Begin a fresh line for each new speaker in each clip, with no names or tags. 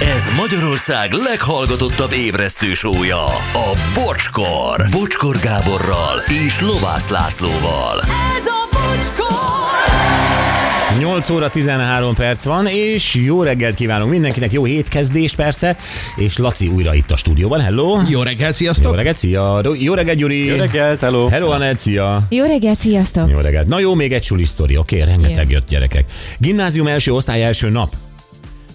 Ez Magyarország leghallgatottabb ébresztő sója, a Bocskor. Bocskor Gáborral és Lovász Lászlóval.
Ez a bocskor!
8 óra 13 perc van, és jó reggelt kívánunk mindenkinek, jó hétkezdést persze, és Laci újra itt a stúdióban, hello!
Jó reggelt,
Jó
sziasztok!
reggelt, szia! Ro- Jó reggelt, Gyuri! Jó
reggelt, hello.
Hello, Anett, szia!
Jó reggelt, sziasztok!
Jó reggelt. Na jó, még egy suli sztori, oké, rengeteg
Jó.
jött gyerekek. Gimnázium első osztály első nap.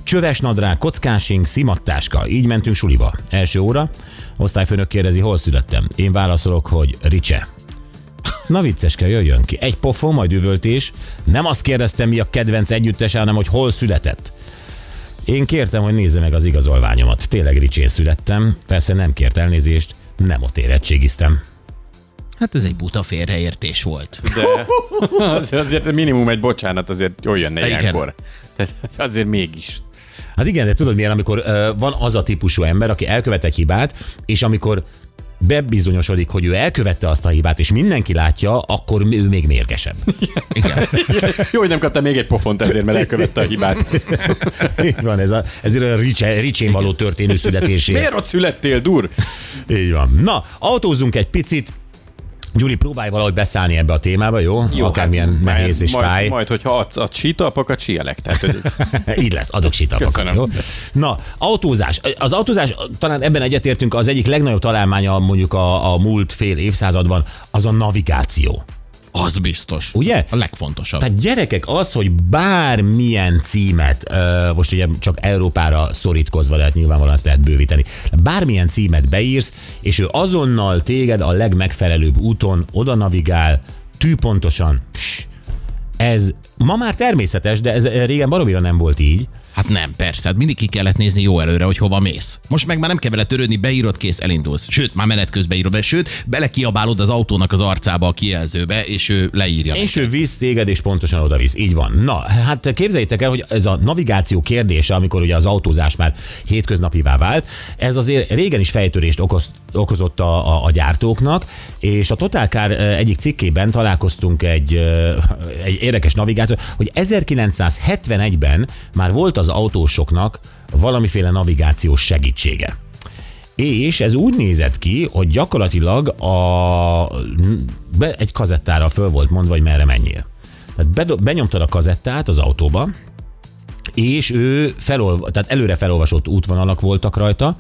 Csöves nadrág, kockásing, szimattáska. Így mentünk suliba. Első óra. Osztályfőnök kérdezi, hol születtem. Én válaszolok, hogy Ricse. Na vicceske, jöjjön ki. Egy pofon, majd üvöltés. Nem azt kérdeztem, mi a kedvenc együttes, hanem hogy hol született. Én kértem, hogy nézze meg az igazolványomat. Tényleg Ricsén születtem. Persze nem kért elnézést, nem ott érettségiztem.
Hát ez egy buta félreértés volt.
De azért minimum egy bocsánat azért jól jönne
Igen.
ilyenkor. Tehát azért mégis.
Hát igen, de tudod milyen, amikor ö, van az a típusú ember, aki elkövet egy hibát, és amikor bebizonyosodik, hogy ő elkövette azt a hibát, és mindenki látja, akkor ő még mérgesebb.
Igen.
Jó, hogy nem kaptam még egy pofont ezért, mert elkövette a hibát.
Így van, ez a, ezért a ricse, ricsén való történő születésért.
Miért ott születtél, dur?
Így van. Na, autózunk egy picit. Gyuri, próbálj valahogy beszállni ebbe a témába, jó? jó Akármilyen hát, nehéz és
majd,
fáj.
Majd, hogyha adsz a csítalpak, a csíelek. Tehát, hogy
Így lesz, adok sétapakat,
Köszönöm.
jó? Na, autózás. Az autózás, talán ebben egyetértünk, az egyik legnagyobb találmánya mondjuk a, a múlt fél évszázadban, az a navigáció.
Az biztos.
Ugye?
A legfontosabb.
Tehát gyerekek, az, hogy bármilyen címet, ö, most ugye csak Európára szorítkozva, de hát nyilvánvalóan ezt lehet bővíteni, bármilyen címet beírsz, és ő azonnal téged a legmegfelelőbb úton oda navigál, tűpontosan. Pss, Ez ma már természetes, de ez ö, régen baromira nem volt így.
Hát nem, persze, hát mindig ki kellett nézni jó előre, hogy hova mész. Most meg már nem kell vele törődni, beírod, kész, elindulsz. Sőt, már menet közben írod, de sőt, belekiabálod az autónak az arcába a kijelzőbe, és ő leírja.
És ő visz téged, és pontosan oda visz. Így van. Na, hát képzeljétek el, hogy ez a navigáció kérdése, amikor ugye az autózás már hétköznapivá vált, ez azért régen is fejtörést okoz, okozott a, a, a gyártóknak, és a Total Car eh, egyik cikkében találkoztunk egy, eh, egy érdekes navigáció, hogy 1971-ben már volt az autósoknak valamiféle navigációs segítsége. És ez úgy nézett ki, hogy gyakorlatilag a, be, egy kazettára föl volt mondva, hogy merre menjél. Tehát bedo- benyomtad a kazettát az autóba, és ő felolva, tehát előre felolvasott útvonalak voltak rajta,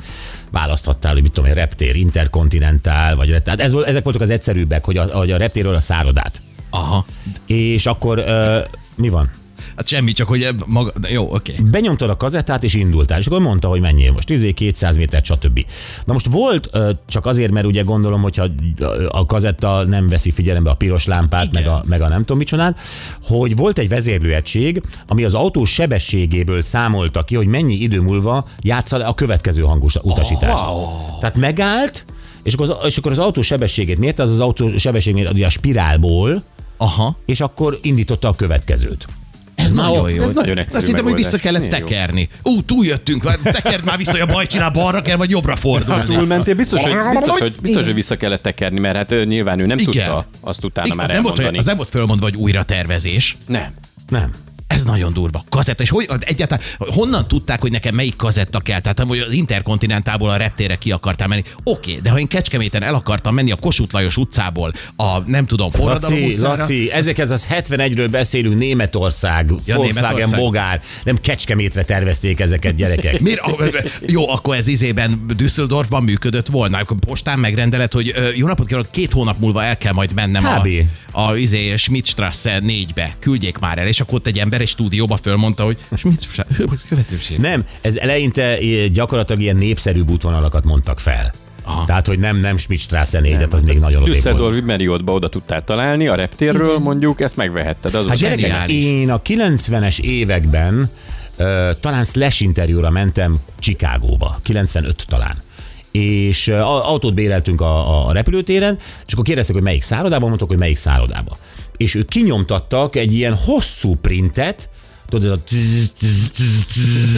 választhattál, hogy mit tudom én, reptér, interkontinentál, vagy tehát ez, volt- ezek voltak az egyszerűbbek, hogy a, hogy a reptéről a szárodát.
Aha.
És akkor ö, mi van?
Hát semmi, csak hogy ebb- maga... de Jó, oké. Okay.
benyomtad a kazettát és indultál, és akkor mondta, hogy menjél most, 10 200 métert, stb. Na most volt, ö, csak azért, mert ugye gondolom, hogyha a kazetta nem veszi figyelembe a piros lámpát, meg a, meg a nem tudom micsodát, hogy volt egy vezérlőegység, ami az autó sebességéből számolta ki, hogy mennyi idő múlva játsza le a következő hangos utasítást. Tehát megállt, és akkor, az, és akkor az autó sebességét mérte, az az autó sebesség mérte ugye a spirálból,
Aha.
és akkor indította a következőt.
Ez, ez
nagyon
nagyon jó.
ez nagyon egyszerű
Azt hittem, hogy
megoldás.
vissza kellett
Milyen jó.
tekerni. Ú, túljöttünk, hát tekerd már vissza, hogy a baj csinál, balra kell, vagy jobbra
ha
fordulni.
túlmentél, biztos, hogy, biztos, hogy, biztos, hogy vissza kellett tekerni, mert hát ő nyilván ő nem
Igen.
tudta azt utána
Igen,
már
nem volt,
elmondani.
olyan- az nem volt fölmondva, hogy újra tervezés.
nem.
Nem.
Ez nagyon durva. Kazetta, és hogy egyáltalán honnan tudták, hogy nekem melyik kazetta kell? Tehát hogy az interkontinentából a reptére ki akartam menni. Oké, de ha én Kecskeméten el akartam menni a Kossuth Lajos utcából, a nem tudom, forradalom
Laci,
utcára,
Laci, 1971-ről beszélünk, Németország, ja,
Ja,
Volkswagen,
Németország.
Bogár, nem Kecskemétre tervezték ezeket gyerekek.
Miért? Ah, Jó, akkor ez izében Düsseldorfban működött volna. Akkor postán megrendelet, hogy ö, jó napot kérlek, két hónap múlva el kell majd mennem a,
Kb.
a izé, Schmidtstrasse 4-be. Küldjék már el. És akkor ott egy ember egy stúdióba fölmondta, hogy Schmidtstrasse, követőség.
Nem, ez eleinte eh, gyakorlatilag ilyen népszerűbb útvonalakat mondtak fel. Aha. Tehát, hogy nem, nem Schmidtstrasse 4, tehát az még nagyon odébb volt.
Düsseldorf Meriotba oda tudtál találni, a reptérről mondjuk, ezt megvehetted. Az
Hát
volt.
gyerekek,
Zseniális.
én a 90-es években ö, talán slash interjúra mentem Csikágóba, 95 talán és ö, a- autót béreltünk a, a repülőtéren, és akkor kérdeztek, hogy melyik szállodában, mondtuk, hogy melyik szállodába. És ők kinyomtattak egy ilyen hosszú printet, tudod, ez a tz, tz, tz, tz,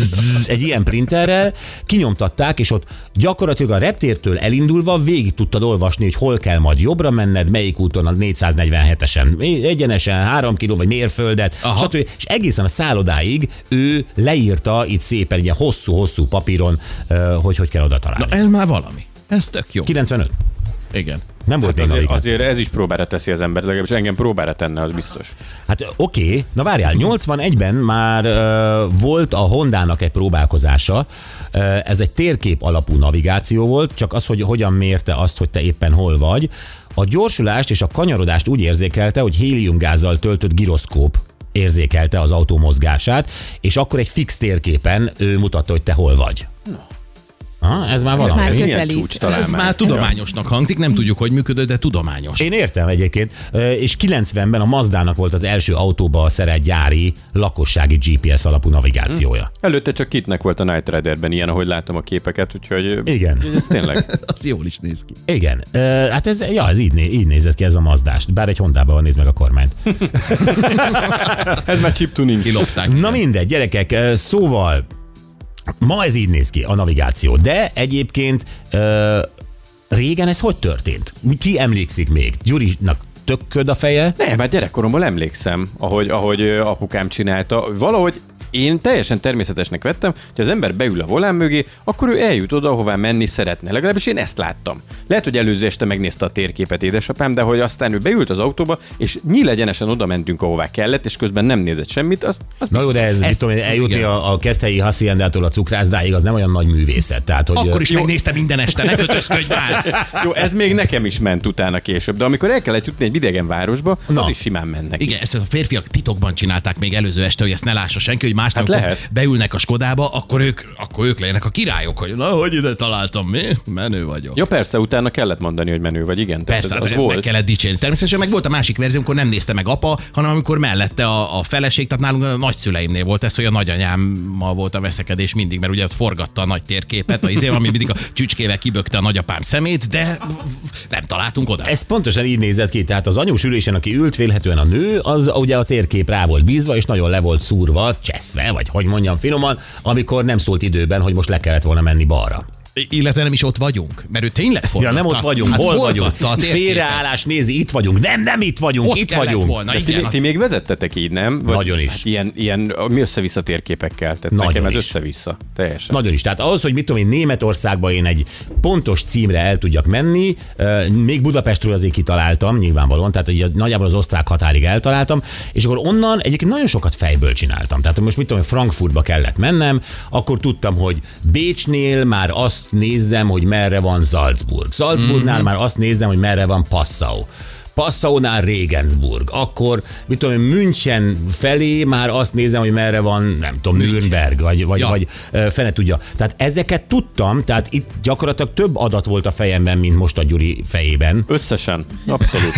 tz, egy ilyen printerrel kinyomtatták, és ott gyakorlatilag a reptértől elindulva végig tudtad olvasni, hogy hol kell majd jobbra menned, melyik úton a 447-esen, egyenesen, 3 kiló vagy mérföldet,
Aha.
stb. És egészen a szállodáig ő leírta itt szépen, ilyen hosszú-hosszú papíron, ö, hogy hogy kell oda találni.
Na, ez már valami. Ez tök jó.
95.
Igen.
Nem
Hát
volt még
Azért,
navigáció.
azért ez is próbára teszi az embert, legalábbis engem próbára tenne, az biztos.
Hát ö, oké, okay. na várjál, 81-ben már ö, volt a Hondának egy próbálkozása, ö, ez egy térkép alapú navigáció volt, csak az, hogy hogyan mérte azt, hogy te éppen hol vagy. A gyorsulást és a kanyarodást úgy érzékelte, hogy héliumgázzal töltött giroszkóp érzékelte az autó mozgását, és akkor egy fix térképen ő mutatta, hogy te hol vagy. Ha, ez már valami.
már
Ez milyen
közelít.
csúcs talán
Ez már tudományosnak hangzik, nem tudjuk, hogy működő, de tudományos.
Én értem egyébként, Ö, és 90-ben a Mazdának volt az első autóba szerelt gyári lakossági GPS alapú navigációja.
Hm.
Előtte csak kitnek volt a Night Riderben ilyen, ahogy látom a képeket, úgyhogy...
Igen.
Hm.
úgyhogy Ez tényleg.
Az jól is néz ki.
Igen, Ö, hát ez, ja, ez így, né- így nézett ki ez a mazdást. Bár egy Hondában van, nézd meg a kormányt.
Hm.
Ez már chip tuning.
Kilopták.
Na mindegy, gyerekek, ö, szóval ma ez így néz ki a navigáció, de egyébként ö, régen ez hogy történt? Mi- Ki emlékszik még? Gyurinak tök köd a feje?
Nem, már gyerekkoromból emlékszem, ahogy, ahogy ö, apukám csinálta. Valahogy én teljesen természetesnek vettem, hogy az ember beül a volán mögé, akkor ő eljut oda, ahová menni szeretne. Legalábbis én ezt láttam. Lehet, hogy előző este megnézte a térképet édesapám, de hogy aztán ő beült az autóba, és nyílegyenesen oda mentünk, ahová kellett, és közben nem nézett semmit, azt, azt
Na jó, de ez, mit tudom, én, eljutni
igen.
a, a keszthelyi haciendától a cukrászdáig, az nem olyan nagy művészet. Tehát, hogy
Akkor is
Jó,
megnézte minden este, ne kötözködj már!
Jó, ez még nekem is ment utána később, de amikor el kellett jutni egy idegen városba, Na.
Na.
az is simán mennek.
Igen, ezt a férfiak titokban csinálták még előző este, hogy ezt ne lássa senki, hogy másnap
Hát
amikor
lehet.
beülnek a Skodába, akkor ők, akkor ők legyenek a királyok, hogy na, hogy ide találtam, mi? Menő vagyok.
Ja persze, utána kellett mondani, hogy menő vagy, igen. tehát
Persze,
ez, az
hát meg
volt.
kellett dicsérni. Természetesen meg volt a másik verzió, amikor nem nézte meg apa, hanem amikor mellette a, a feleség, tehát nálunk a nagyszüleimnél volt ez, hogy a nagyanyámmal volt a veszekedés mindig, mert ugye ott forgatta a nagy térképet, a izé, ami mindig a csücskével kibökte a nagyapám szemét, de nem találtunk oda.
Ez pontosan így nézett ki, tehát az anyós ülésen, aki ült vélhetően a nő, az ugye a térkép rá volt bízva, és nagyon le volt szúrva, cseszve, vagy hogy mondjam finoman, amikor nem szólt időben, hogy most le kellett volna menni balra.
Illetve nem is ott vagyunk, mert ő tényleg
Ja,
forgatta.
nem ott vagyunk,
hát
hol
forgatta
vagyunk?
A térképet.
Félreállás, nézi, itt vagyunk. Nem, nem itt vagyunk,
Ott
itt
kellett
vagyunk.
volna,
De ti,
igen.
ti még vezettetek így, nem? Vagy,
Nagyon is.
Hát ilyen, ilyen a- mi össze-vissza térképekkel, tehát
Nagyon
nekem ez
is.
össze-vissza, teljesen.
Nagyon is. Tehát ahhoz, hogy mit tudom én, Németországba én egy pontos címre el tudjak menni, euh, még Budapestről azért kitaláltam, nyilvánvalóan, tehát így a- nagyjából az osztrák határig eltaláltam, és akkor onnan egyébként nagyon sokat fejből csináltam. Tehát most mit tudom én, Frankfurtba kellett mennem, akkor tudtam, hogy Bécsnél már azt nézzem, hogy merre van Salzburg. Salzburgnál már azt nézzem, hogy merre van Passau. Passaunál Regensburg, akkor mit tudom én, München felé már azt nézem, hogy merre van, nem tudom, Nürnberg, vagy, vagy,
Ja.
ja. vagy ö, fene tudja. Tehát ezeket tudtam, tehát itt gyakorlatilag több adat volt a fejemben, mint most a Gyuri fejében.
Összesen, abszolút.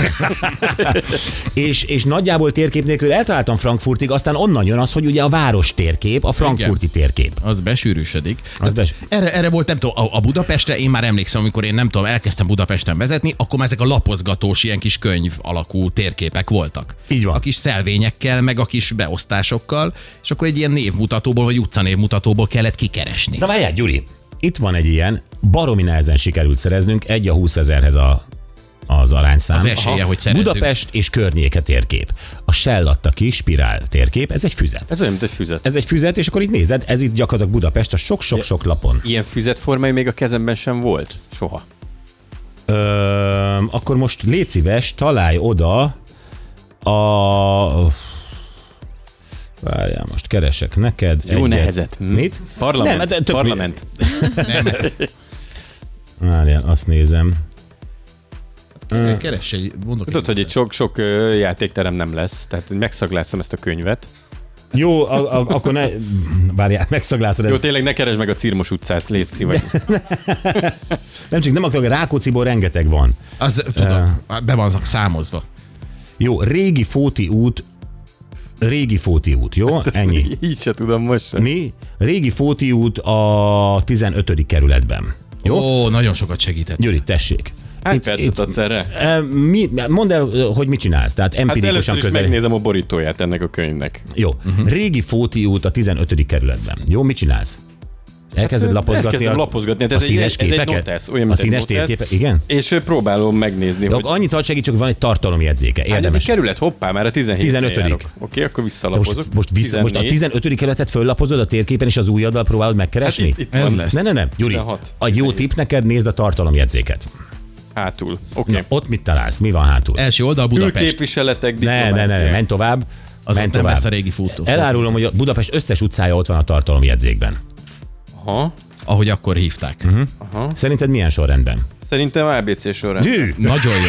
És, és nagyjából térkép nélkül eltaláltam Frankfurtig, aztán onnan jön az, hogy ugye a város térkép, a frankfurti térkép.
Az besűrűsödik.
Az bes...
Erre, erre volt, nem tudom, a, a Budapestre, én már emlékszem, amikor én nem tudom, elkezdtem Budapesten vezetni, akkor már ezek a lapozgatós ilyen kis könyv alakú térképek voltak.
Így van.
A kis szelvényekkel, meg a kis beosztásokkal, és akkor egy ilyen névmutatóból, vagy utcanévmutatóból kellett kikeresni.
Na várjál, Gyuri, itt van egy ilyen, baromi nehezen sikerült szereznünk, egy a 20 ezerhez a, az arányszám.
Az esélye, hogy szerezzük.
Budapest és környéke térkép. A Shell adta ki, spirál térkép, ez egy füzet.
Ez olyan, mint egy füzet.
Ez egy füzet, és akkor itt nézed, ez itt gyakorlatilag Budapest a sok-sok-sok lapon.
Ilyen füzetformája még a kezemben sem volt, soha.
Ö, akkor most légy szíves, találj oda a... Várjál, most keresek neked.
Jó
egyet.
nehezet. Hm?
Mit?
Parlament.
Nem,
Nem,
hát több-
parlament.
Várjál, azt nézem.
Keres egy, mondok.
Tudod, hogy itt sok-sok ö, játékterem nem lesz, tehát megszaglászom ezt a könyvet.
Jó, a, a, akkor ne... Várjál, megszaglászod.
Jó,
Jó,
tényleg ne keresd meg a Cirmos utcát, légy szíves.
nem csak nem akarok, Rákóciból rengeteg van.
Az, tudom, be van számozva.
Jó, régi Fóti út, régi Fóti út, jó?
Hát
Ennyi.
Így se tudom most sem.
Mi? Régi Fóti út a 15. kerületben. Jó?
Ó, nagyon sokat segített.
Gyuri, tessék.
Hány percet adsz erre?
Ö, Mi, mondd el, ö, hogy mit csinálsz, tehát
Hát
empirikusan
először
hát
is
közel.
megnézem a borítóját ennek a könyvnek.
Jó.
Mhm.
Uh-huh. Régi Fóti út a 15. kerületben. Jó, mit csinálsz? Elkezded lapozgatni
Hát, Elkezdem
a,
lapozgatni, hát
a
ez egy-
színes
ez egy
képeket?
notesz, olyan,
a
mint egy
színes
notesz.
térképek, igen?
És ö, próbálom megnézni,
Jó,
hogy
annyit ad segítség, hogy van egy tartalomjegyzéke.
Érdemes.
Érdemes.
kerület, hoppá, már a 17
15..
Oké, akkor
Te
visszalapozok.
most, most, vissza, most a
14.
15. kerületet föllapozod a térképen, és az ujjaddal próbálod megkeresni?
Hát Itt
Ez
van
lesz.
Ne, ne, nem, Gyuri,
16.
a jó tipp neked, nézd a tartalomjegyzéket.
hátul.
Na,
Oké.
ott mit találsz? Mi van hátul?
Első oldal Budapest.
Külképviseletek,
Ne, ne, ne, ne, menj tovább.
Az
menj
nem
tovább.
lesz a régi futó.
Elárulom, hogy a Budapest összes utcája ott van a tartalomjegyzékben.
Aha.
Ahogy akkor hívták.
Mhm. Szerinted milyen sorrendben?
Szerintem ABC során.
Hű!
Nagyon jó.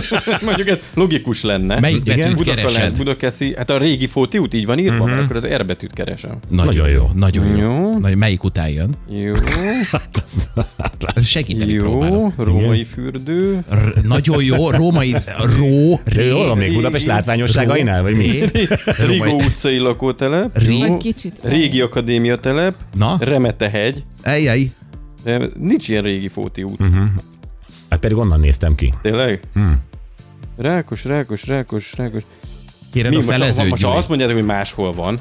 Mondjuk ez logikus lenne.
Melyik
Igen?
betűt
Budakeszi-
keresed?
Budakeszi, hát a régi Fóti út így van írva,
Mhm.
uh-huh. akkor az R betűt keresem.
Nagyon jó. Nagyon
Jó.
jó. Nagy, melyik után jön?
Jó,
Segíteni próbálok.
jó, római fürdő.
R- nagyon jó, római, ró,
De
ré,
jól van még Budapest látványosságainál, vagy mi?
Rigó utcai lakótelep.
Ré-
Jó.
Egy kicsit.
Régi Akadémia telep.
Na?
Remetehegy.
Ejjjj.
De Nincs ilyen régi Fóti út,
Hát pedig onnan néztem ki.
tényleg? Rákos, rákos, rákos, rákos.
Kéred
Mi,
a
most, ha,
felező,
most, ha
Gyuri.
azt mondjátok, hogy máshol van.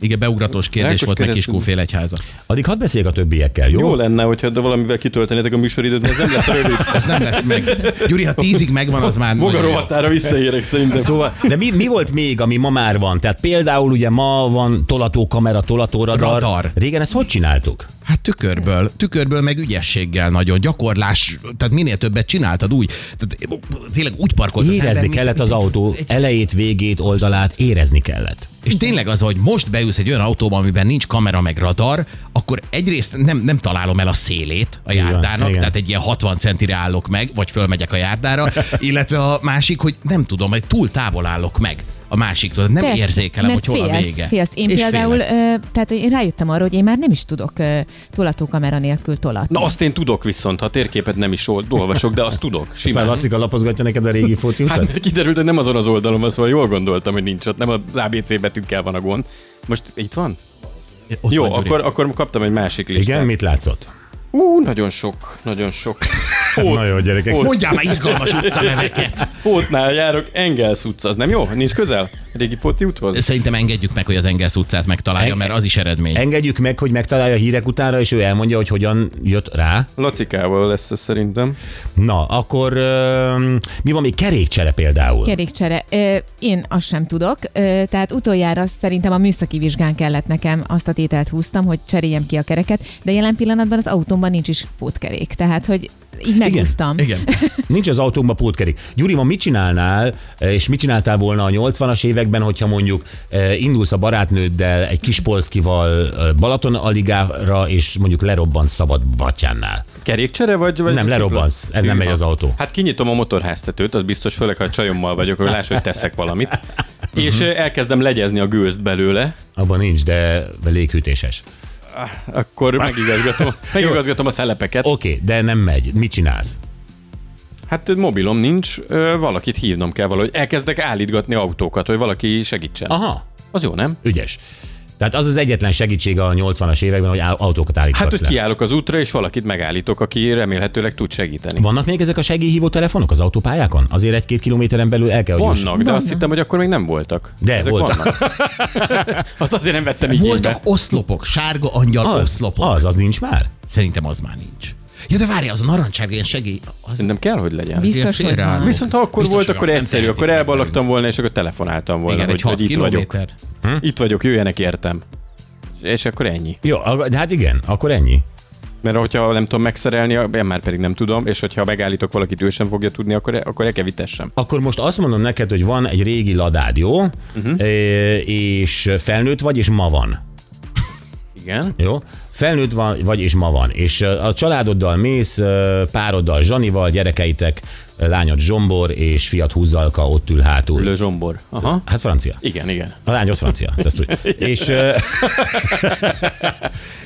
Igen, beugratos kérdés
Rákos
volt meg
kereszt-
Kiskófél egyháza.
Addig hadd beszéljek a többiekkel, jó?
Jó, lenne, hogyha de valamivel kitöltenétek a műsoridőt, mert ez nem lesz rövid.
Ez nem lesz meg. Gyuri, ha tízig megvan, az már
Maga
nagyon jó.
rovatára visszaérek szerintem.
Szóval, de mi, mi volt még, ami ma már van? Tehát például ugye ma van tolatókamera, tolatóradar.
Radar.
Régen ezt hogy csináltuk?
Hát tükörből, tükörből meg ügyességgel nagyon, gyakorlás, tehát minél többet csináltad úgy, tehát tényleg úgy parkoltad.
Érezni kellett az autó elejét, végét, oldalát, érezni kellett.
És tényleg az, hogy most beülsz egy olyan autóba, amiben nincs kamera meg radar, akkor egyrészt nem, nem találom el a szélét a
van,
járdának,
igen.
tehát egy ilyen 60 centire állok meg, vagy fölmegyek a járdára, illetve a másik, hogy nem tudom, hogy túl távol állok meg a másiktól, nem
Persze,
érzékelem,
mert
hogy hol
félsz,
a vége.
Félsz. Én
És
például,
félek.
ö, tehát én rájöttem arra, hogy én már nem is tudok ö, tolatókamera nélkül tolatni.
Na azt én tudok viszont, ha térképet nem is ol- olvasok, de azt tudok,
Már
simán.
Lacika lapozgatja neked a régi foci
Hát
utat?
mert kiderült, hogy nem azon az oldalon van, szóval jól gondoltam, hogy nincs ott, nem az ABC betűkkel van a gond. Most itt van?
Ott
Jó,
van, Gyuri.
akkor, akkor kaptam egy másik listát.
Igen, mit látszott?
Ú, nagyon sok, nagyon sok.
Na jó, gyerekek.
Ott,
Mondjál már izgalmas utcaneveket!
Pótnál járok, Engels utca, az nem jó? Nincs közel? Régi Foti úthoz?
Szerintem engedjük meg, hogy az Engels utcát megtalálja,
Eng-
mert az is eredmény.
Engedjük meg, hogy megtalálja a hírek utánra, és ő elmondja, hogy hogyan jött rá.
Lacikával lesz ez szerintem.
Na, akkor ö, mi van még kerékcsere például?
Kerékcsere. Ö, Én azt sem tudok, Ö, tehát utoljára szerintem a műszaki vizsgán kellett nekem, azt a tételt húztam, hogy cseréljem ki a kereket, de jelen pillanatban az autómban nincs is pótkerék, tehát hogy így meghúztam.
Igen.
Nincs az autónkban pótkerék. Gyuri, ma mit csinálnál, eh, és mit csináltál volna a 80-as években, hogyha mondjuk eh, indulsz a barátnőddel, egy kis polszkival eh, Balaton aligára, és mondjuk lerobbansz szabad batyánnál?
Kerékcsere vagy? vagy
Nem,
szikla?
lerobbansz. El nem
Hű,
megy az
ha-
autó.
Hát kinyitom a motorháztetőt, az biztos, főleg ha a csajommal vagyok, hogy láss, hogy teszek valamit.
Mhm.
És ö, elkezdem legyezni a gőzt belőle,
Abban nincs, de léghűtéses.
akkor megigazgatom, megigazgatom a szelepeket.
Oké, okay, de nem megy. Mit csinálsz?
Hát mobilom nincs, ö, valakit hívnom kell valahogy. Elkezdek állítgatni autókat, hogy valaki segítsen.
Aha,
Az jó, nem?
ügyes. Tehát az az egyetlen segítség a 80-as években, hogy á- autókat állítgatsz
Hát, hogy
le.
kiállok az útra, és valakit megállítok, aki remélhetőleg tud segíteni.
Vannak még ezek a segélyhívó telefonok az autópályákon? Azért egy-két kilométeren belül el kell, hogy jusson.
Vannak, de azt hittem, hogy akkor még nem voltak.
De, voltak.
Vannak. azt azért nem vettem így
Voltak oszlopok, sárga angyal az,
Az,
oszlopok.
az, az nincs már?
Szerintem az már nincs. Ja, de várj, az a narancsárga ilyen segély. Az...
Nem kell, hogy legyen.
Biztos,
ilyen
hogy
félre
van.
álló.
Viszont ha akkor
Biztos,
volt,
hogy
akkor
azt nem
egyszerű,
tehetik
akkor
meg.
elballagtam volna, és akkor telefonáltam volna,
Igen,
hogy,
egy 6
hogy itt vagyok. Hm?
kilométer.
Itt vagyok, jöjjenek értem. És akkor ennyi.
Jó, a- hát igen, akkor ennyi.
Mert hogyha nem tudom megszerelni, én már pedig nem tudom, és hogyha megállítok valakit, ő sem fogja tudni, akkor, e- akkor el kell vitessem.
Akkor most azt mondom neked, hogy van egy régi ladád, jó? Uh-huh. és felnőtt vagy, és ma van.
Igen.
Jó? Felnőtt van, vagy, és ma van. És ö, a családoddal mész, ö, pároddal, Zsanival, gyerekeitek, ö, lányod Zsombor, és fiat Húzzalka ott ül hátul.
Le Zsombor. Aha.
Hát francia.
Igen, igen.
A lány ott francia, hát ezt tudja. és, ö,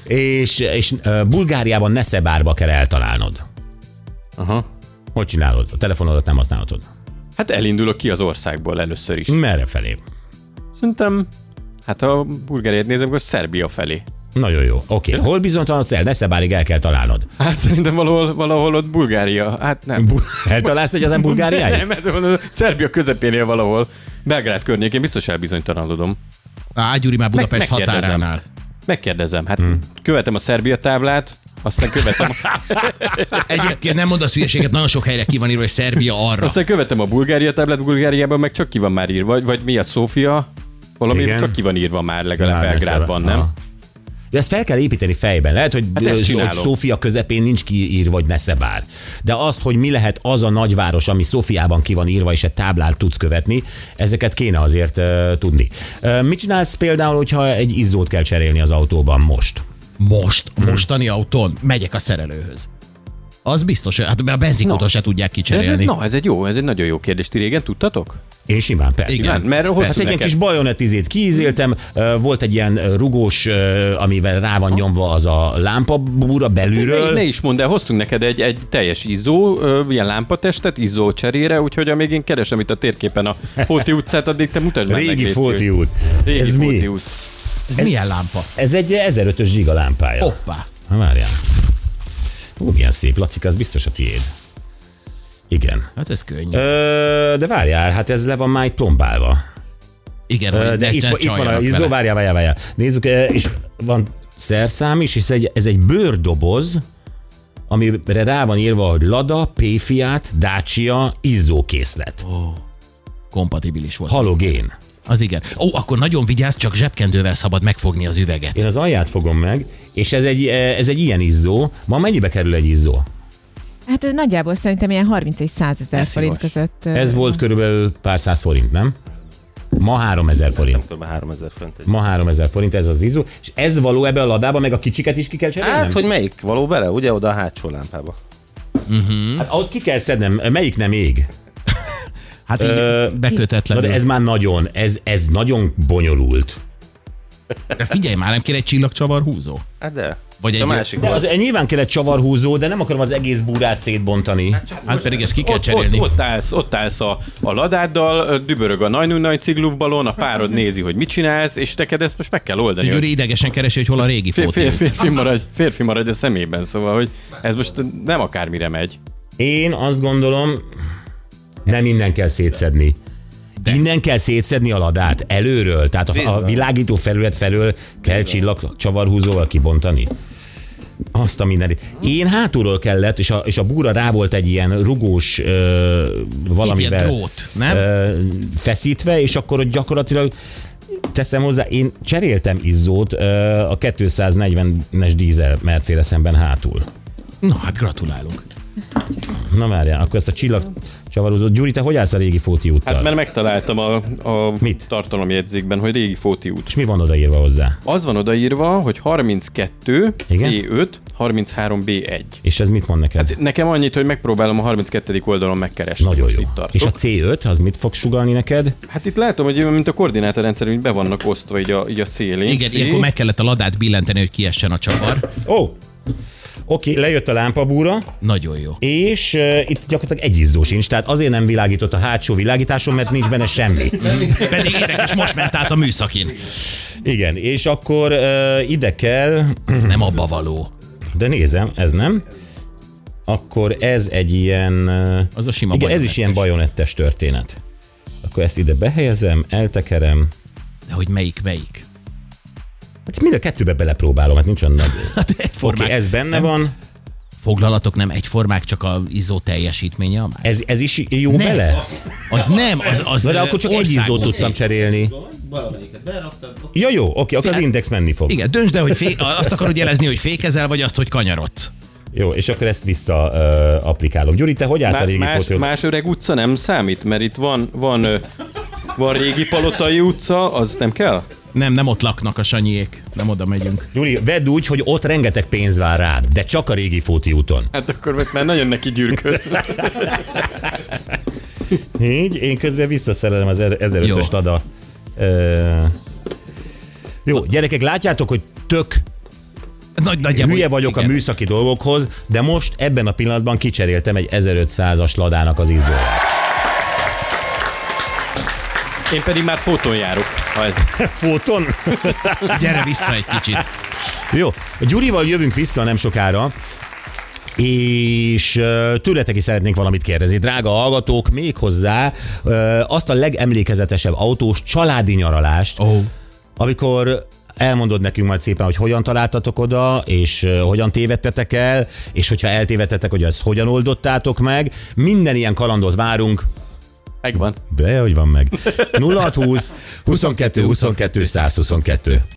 és, és ö, Bulgáriában Neszebárba kell eltalálnod.
Aha.
Hogy csinálod? A telefonodat nem használhatod.
Hát elindulok ki az országból először is.
Merre felé?
Szerintem, hát ha Bulgáriát nézem, akkor Szerbia felé.
Nagyon jó. Oké, okay. hol bizonytalan a cél? Neszebárig el kell találnod.
Hát szerintem valahol, valahol ott Bulgária. Hát nem.
Eltalálsz egyáltalán Bulgáriáig?
Nem, mert van Szerbia közepénél valahol. Belgrád környékén biztos elbizonytalanodom.
Á, Gyuri már Budapest
megkérdezem.
határánál.
Megkérdezem, hát hmm. követem a Szerbia táblát, aztán követem,
Egyébként nem mondasz hülyeséget, nagyon sok helyre ki van írva, hogy Szerbia arra.
aztán követem a Bulgária táblát, Bulgáriában meg csak ki van már írva, vagy, vagy mi a Szófia, valami
Igen.
Igen. csak ki van írva már legalább
Már
Belgrádban,
messze-
nem?
Aha. De ezt fel kell építeni fejben. Lehet, hogy,
Hát ezt
hát hogy
csinálom.
Szófia közepén nincs kiírva, hogy Neszebár. De azt, hogy mi lehet az a nagyváros, ami Szófiában ki van írva, és egy táblát tudsz követni, ezeket kéne azért uh, tudni. Uh, mit csinálsz például, hogyha egy izzót kell cserélni az autóban most?
Most,
Hmm.
a mostani autón megyek a szerelőhöz. Az biztos, hogy- hát mert a benzinkúton se tudják
De ez,
kicserélni.
na, ez egy jó, ez egy nagyon jó kérdés. Ti régen tudtatok?
Én simán, persze.
Igen.
Simán, mert hoztam
Hát egy ilyen
neked.
kis bajonetizét kiízéltem, ö, volt egy ilyen ö, rugós, ö, amivel rá van nyomva az a lámpa búra
Ne,
belülről.
ne is mondd el, hoztunk neked egy, egy teljes izzó, ö, ilyen lámpatestet, izzó cserére, úgyhogy amíg én keresem itt a térképen a Fóti utcát, addig te mutasd már meg,
Régi
légy
Fóti
szíves.
út.
Régi
Ez
Fóti
mi?
út.
Ez milyen lámpa?
Ez egy 1005-ös giga lámpája.
Hoppá.
Na, várjál. Ú, milyen szép, Lacika, az biztos a tiéd. Igen.
Hát ez könnyű.
Ö, de várjál, hát ez le van már itt plombálva.
Igen,
Ö,
hogy
de
ne-
itt,
ne
itt van a
csaljanak
izzó,
vele.
várjál, várjál, várjál. Nézzük, ö, és van szerszám is, és ez egy, ez egy bőrdoboz, amire rá van írva, hogy Lada, P-Fiat, Dacia, izzókészlet.
Kompatibilis volt.
Halogén.
Az igen. Ó, akkor nagyon vigyázz, csak zsebkendővel szabad megfogni az üveget.
Én az alját fogom meg, és ez egy, ez egy ilyen izzó. Ma mennyibe kerül egy izzó?
Hát ö, nagyjából szerintem ilyen 30 és 100 ezer
Ez
forint
szívos.
között. ö,
Ez volt körülbelül pár száz forint, nem? Ma 3000 forint.
Kb. 3000 forint egy.
Ma 3000 forint ez az izzó, és ez való ebbe a ladába, meg a kicsiket is ki kell cserélnem?
Hát, hogy melyik való bele? Ugye oda a hátsó lámpába.
hát ahhoz ki kell szednem, melyik nem ég?
Hát így
Na
bekötetlenül.
de ez már nagyon, ez, ez nagyon bonyolult.
De figyelj már, nem kér egy csillagcsavar húzó?
Hát de.
Vagy
Itt
egy-
a másik
De
volt.
az nyilván kell egy csavarhúzó, de nem akarom az egész búrát szétbontani.
Hát pedig ezt ki kell
Ott, ott,
cserélni.
ott állsz, ott állsz a, a ladáddal, ö, dübörög a najnúj ciglufbalon, a párod nézi, hogy mit csinálsz, és neked ezt most meg kell oldani. hogy
Gyuri idegesen keresi, hogy hol a régi
Fér,
fóti.
fér, férfi, maradj, férfi maradj a szemében, szóval, hogy ez most nem akármire megy.
Én azt gondolom, nem innen kell szétszedni. De. Innen kell szétszedni a ladát, előről, tehát a, a világító felület felől kell csillag csavarhúzóval kibontani. Azt a mindenit. Én hátulról kellett, és a, és a búra rá volt egy ilyen rugós ö, valamivel
Ilyen drót, nem?
Ö, feszítve, és akkor ott gyakorlatilag teszem hozzá, én cseréltem izzót ö, a 240-es dízel Mercedesemben hátul.
Na hát gratulálunk.
Na várjál, akkor ezt a csillagcsavarozó. Gyuri, te hogy állsz a régi Fóti úttal?
Hát mert megtaláltam a, a
Mit?
tartalomjegyzékben, hogy régi Fóti út.
És mi van odaírva hozzá?
Az van odaírva, hogy 32
Igen?
C5 33 B1.
És ez mit mond neked? Hát,
Nekem annyit, hogy megpróbálom a 32. oldalon megkeresni.
Nagyon
most
jó.
Itt tartok.
És a C5, az mit fog sugalni neked?
Hát itt látom, hogy mint a koordinátorrendszer, hogy be vannak osztva így a, így a szélén.
Igen,
C.
ilyenkor meg kellett a ladát billenteni, hogy kiessen a csavar.
Ó! Oh. Oké, okay, lejött a lámpabúra,
Nagyon jó.
és uh, itt gyakorlatilag egy izzó sincs, tehát azért nem világított a hátsó világításon, mert nincs benne semmi.
Pedig érdekes, most ment át a műszakin.
Igen, és akkor uh, ide kell,
Ez nem abba való.
de nézem, ez nem, akkor ez egy ilyen... ö,
Az a sima
igen, ez is
bajonettes.
ilyen bajonettes történet. Akkor ezt ide behelyezem, eltekerem,
De hogy melyik melyik?
Hát mind a kettőbe belepróbálom, hát nincs olyan nagy.
Hát
Oké,
egyformák.
okay, ez benne van,
Foglalatok nem egyformák, csak az izó teljesítménye a más.
ez, ez is jó
Nem.
bele?
Az nem, az, az
Na de akkor csak egy izzót tudtam cserélni.
Valamelyiket beraktad, oké.
Ja jó, oké, akkor az index menni fog.
Igen, döntsd el, hogy fé... azt akarod jelezni, hogy fékezel, vagy azt, hogy kanyarodsz.
Jó, és akkor ezt vissza ö, applikálom. Gyuri, te hogy állsz a
Má-
régi
más,
fotóról?
más öreg utca nem számít, mert itt van, van, ö, van régi palotai utca, az nem kell?
Nem, nem ott laknak a sanyiék, nem oda megyünk.
Gyuri, vedd úgy, hogy ott rengeteg pénz vár rád, de csak a régi fóti úton.
Hát akkor most már nagyon neki gyűrköd.
Így, én közben visszaszerelem az er-
Jó.
1005-ös tada. Ö... Jó, gyerekek, látjátok, hogy tök
Nagy, nagyjából,
Hülye vagyok
igen.
a műszaki dolgokhoz, de most ebben a pillanatban kicseréltem egy 1500-as ladának az izzóját.
Én pedig már fotón járok, ha ez
Fóton?
Gyere vissza egy kicsit.
Jó, Gyurival jövünk vissza nem sokára, és ö, tőletek is szeretnénk valamit kérdezni. Drága hallgatók, méghozzá ö, azt a legemlékezetesebb autós családi nyaralást,
Ó.
amikor elmondod nekünk majd szépen, hogy hogyan találtatok oda, és ö, hogyan tévedtetek el, és hogyha eltévedtetek, hogy ezt hogyan oldottátok meg. Minden ilyen kalandot várunk,
Megvan.
de hogy van meg. 0620 22 22 122.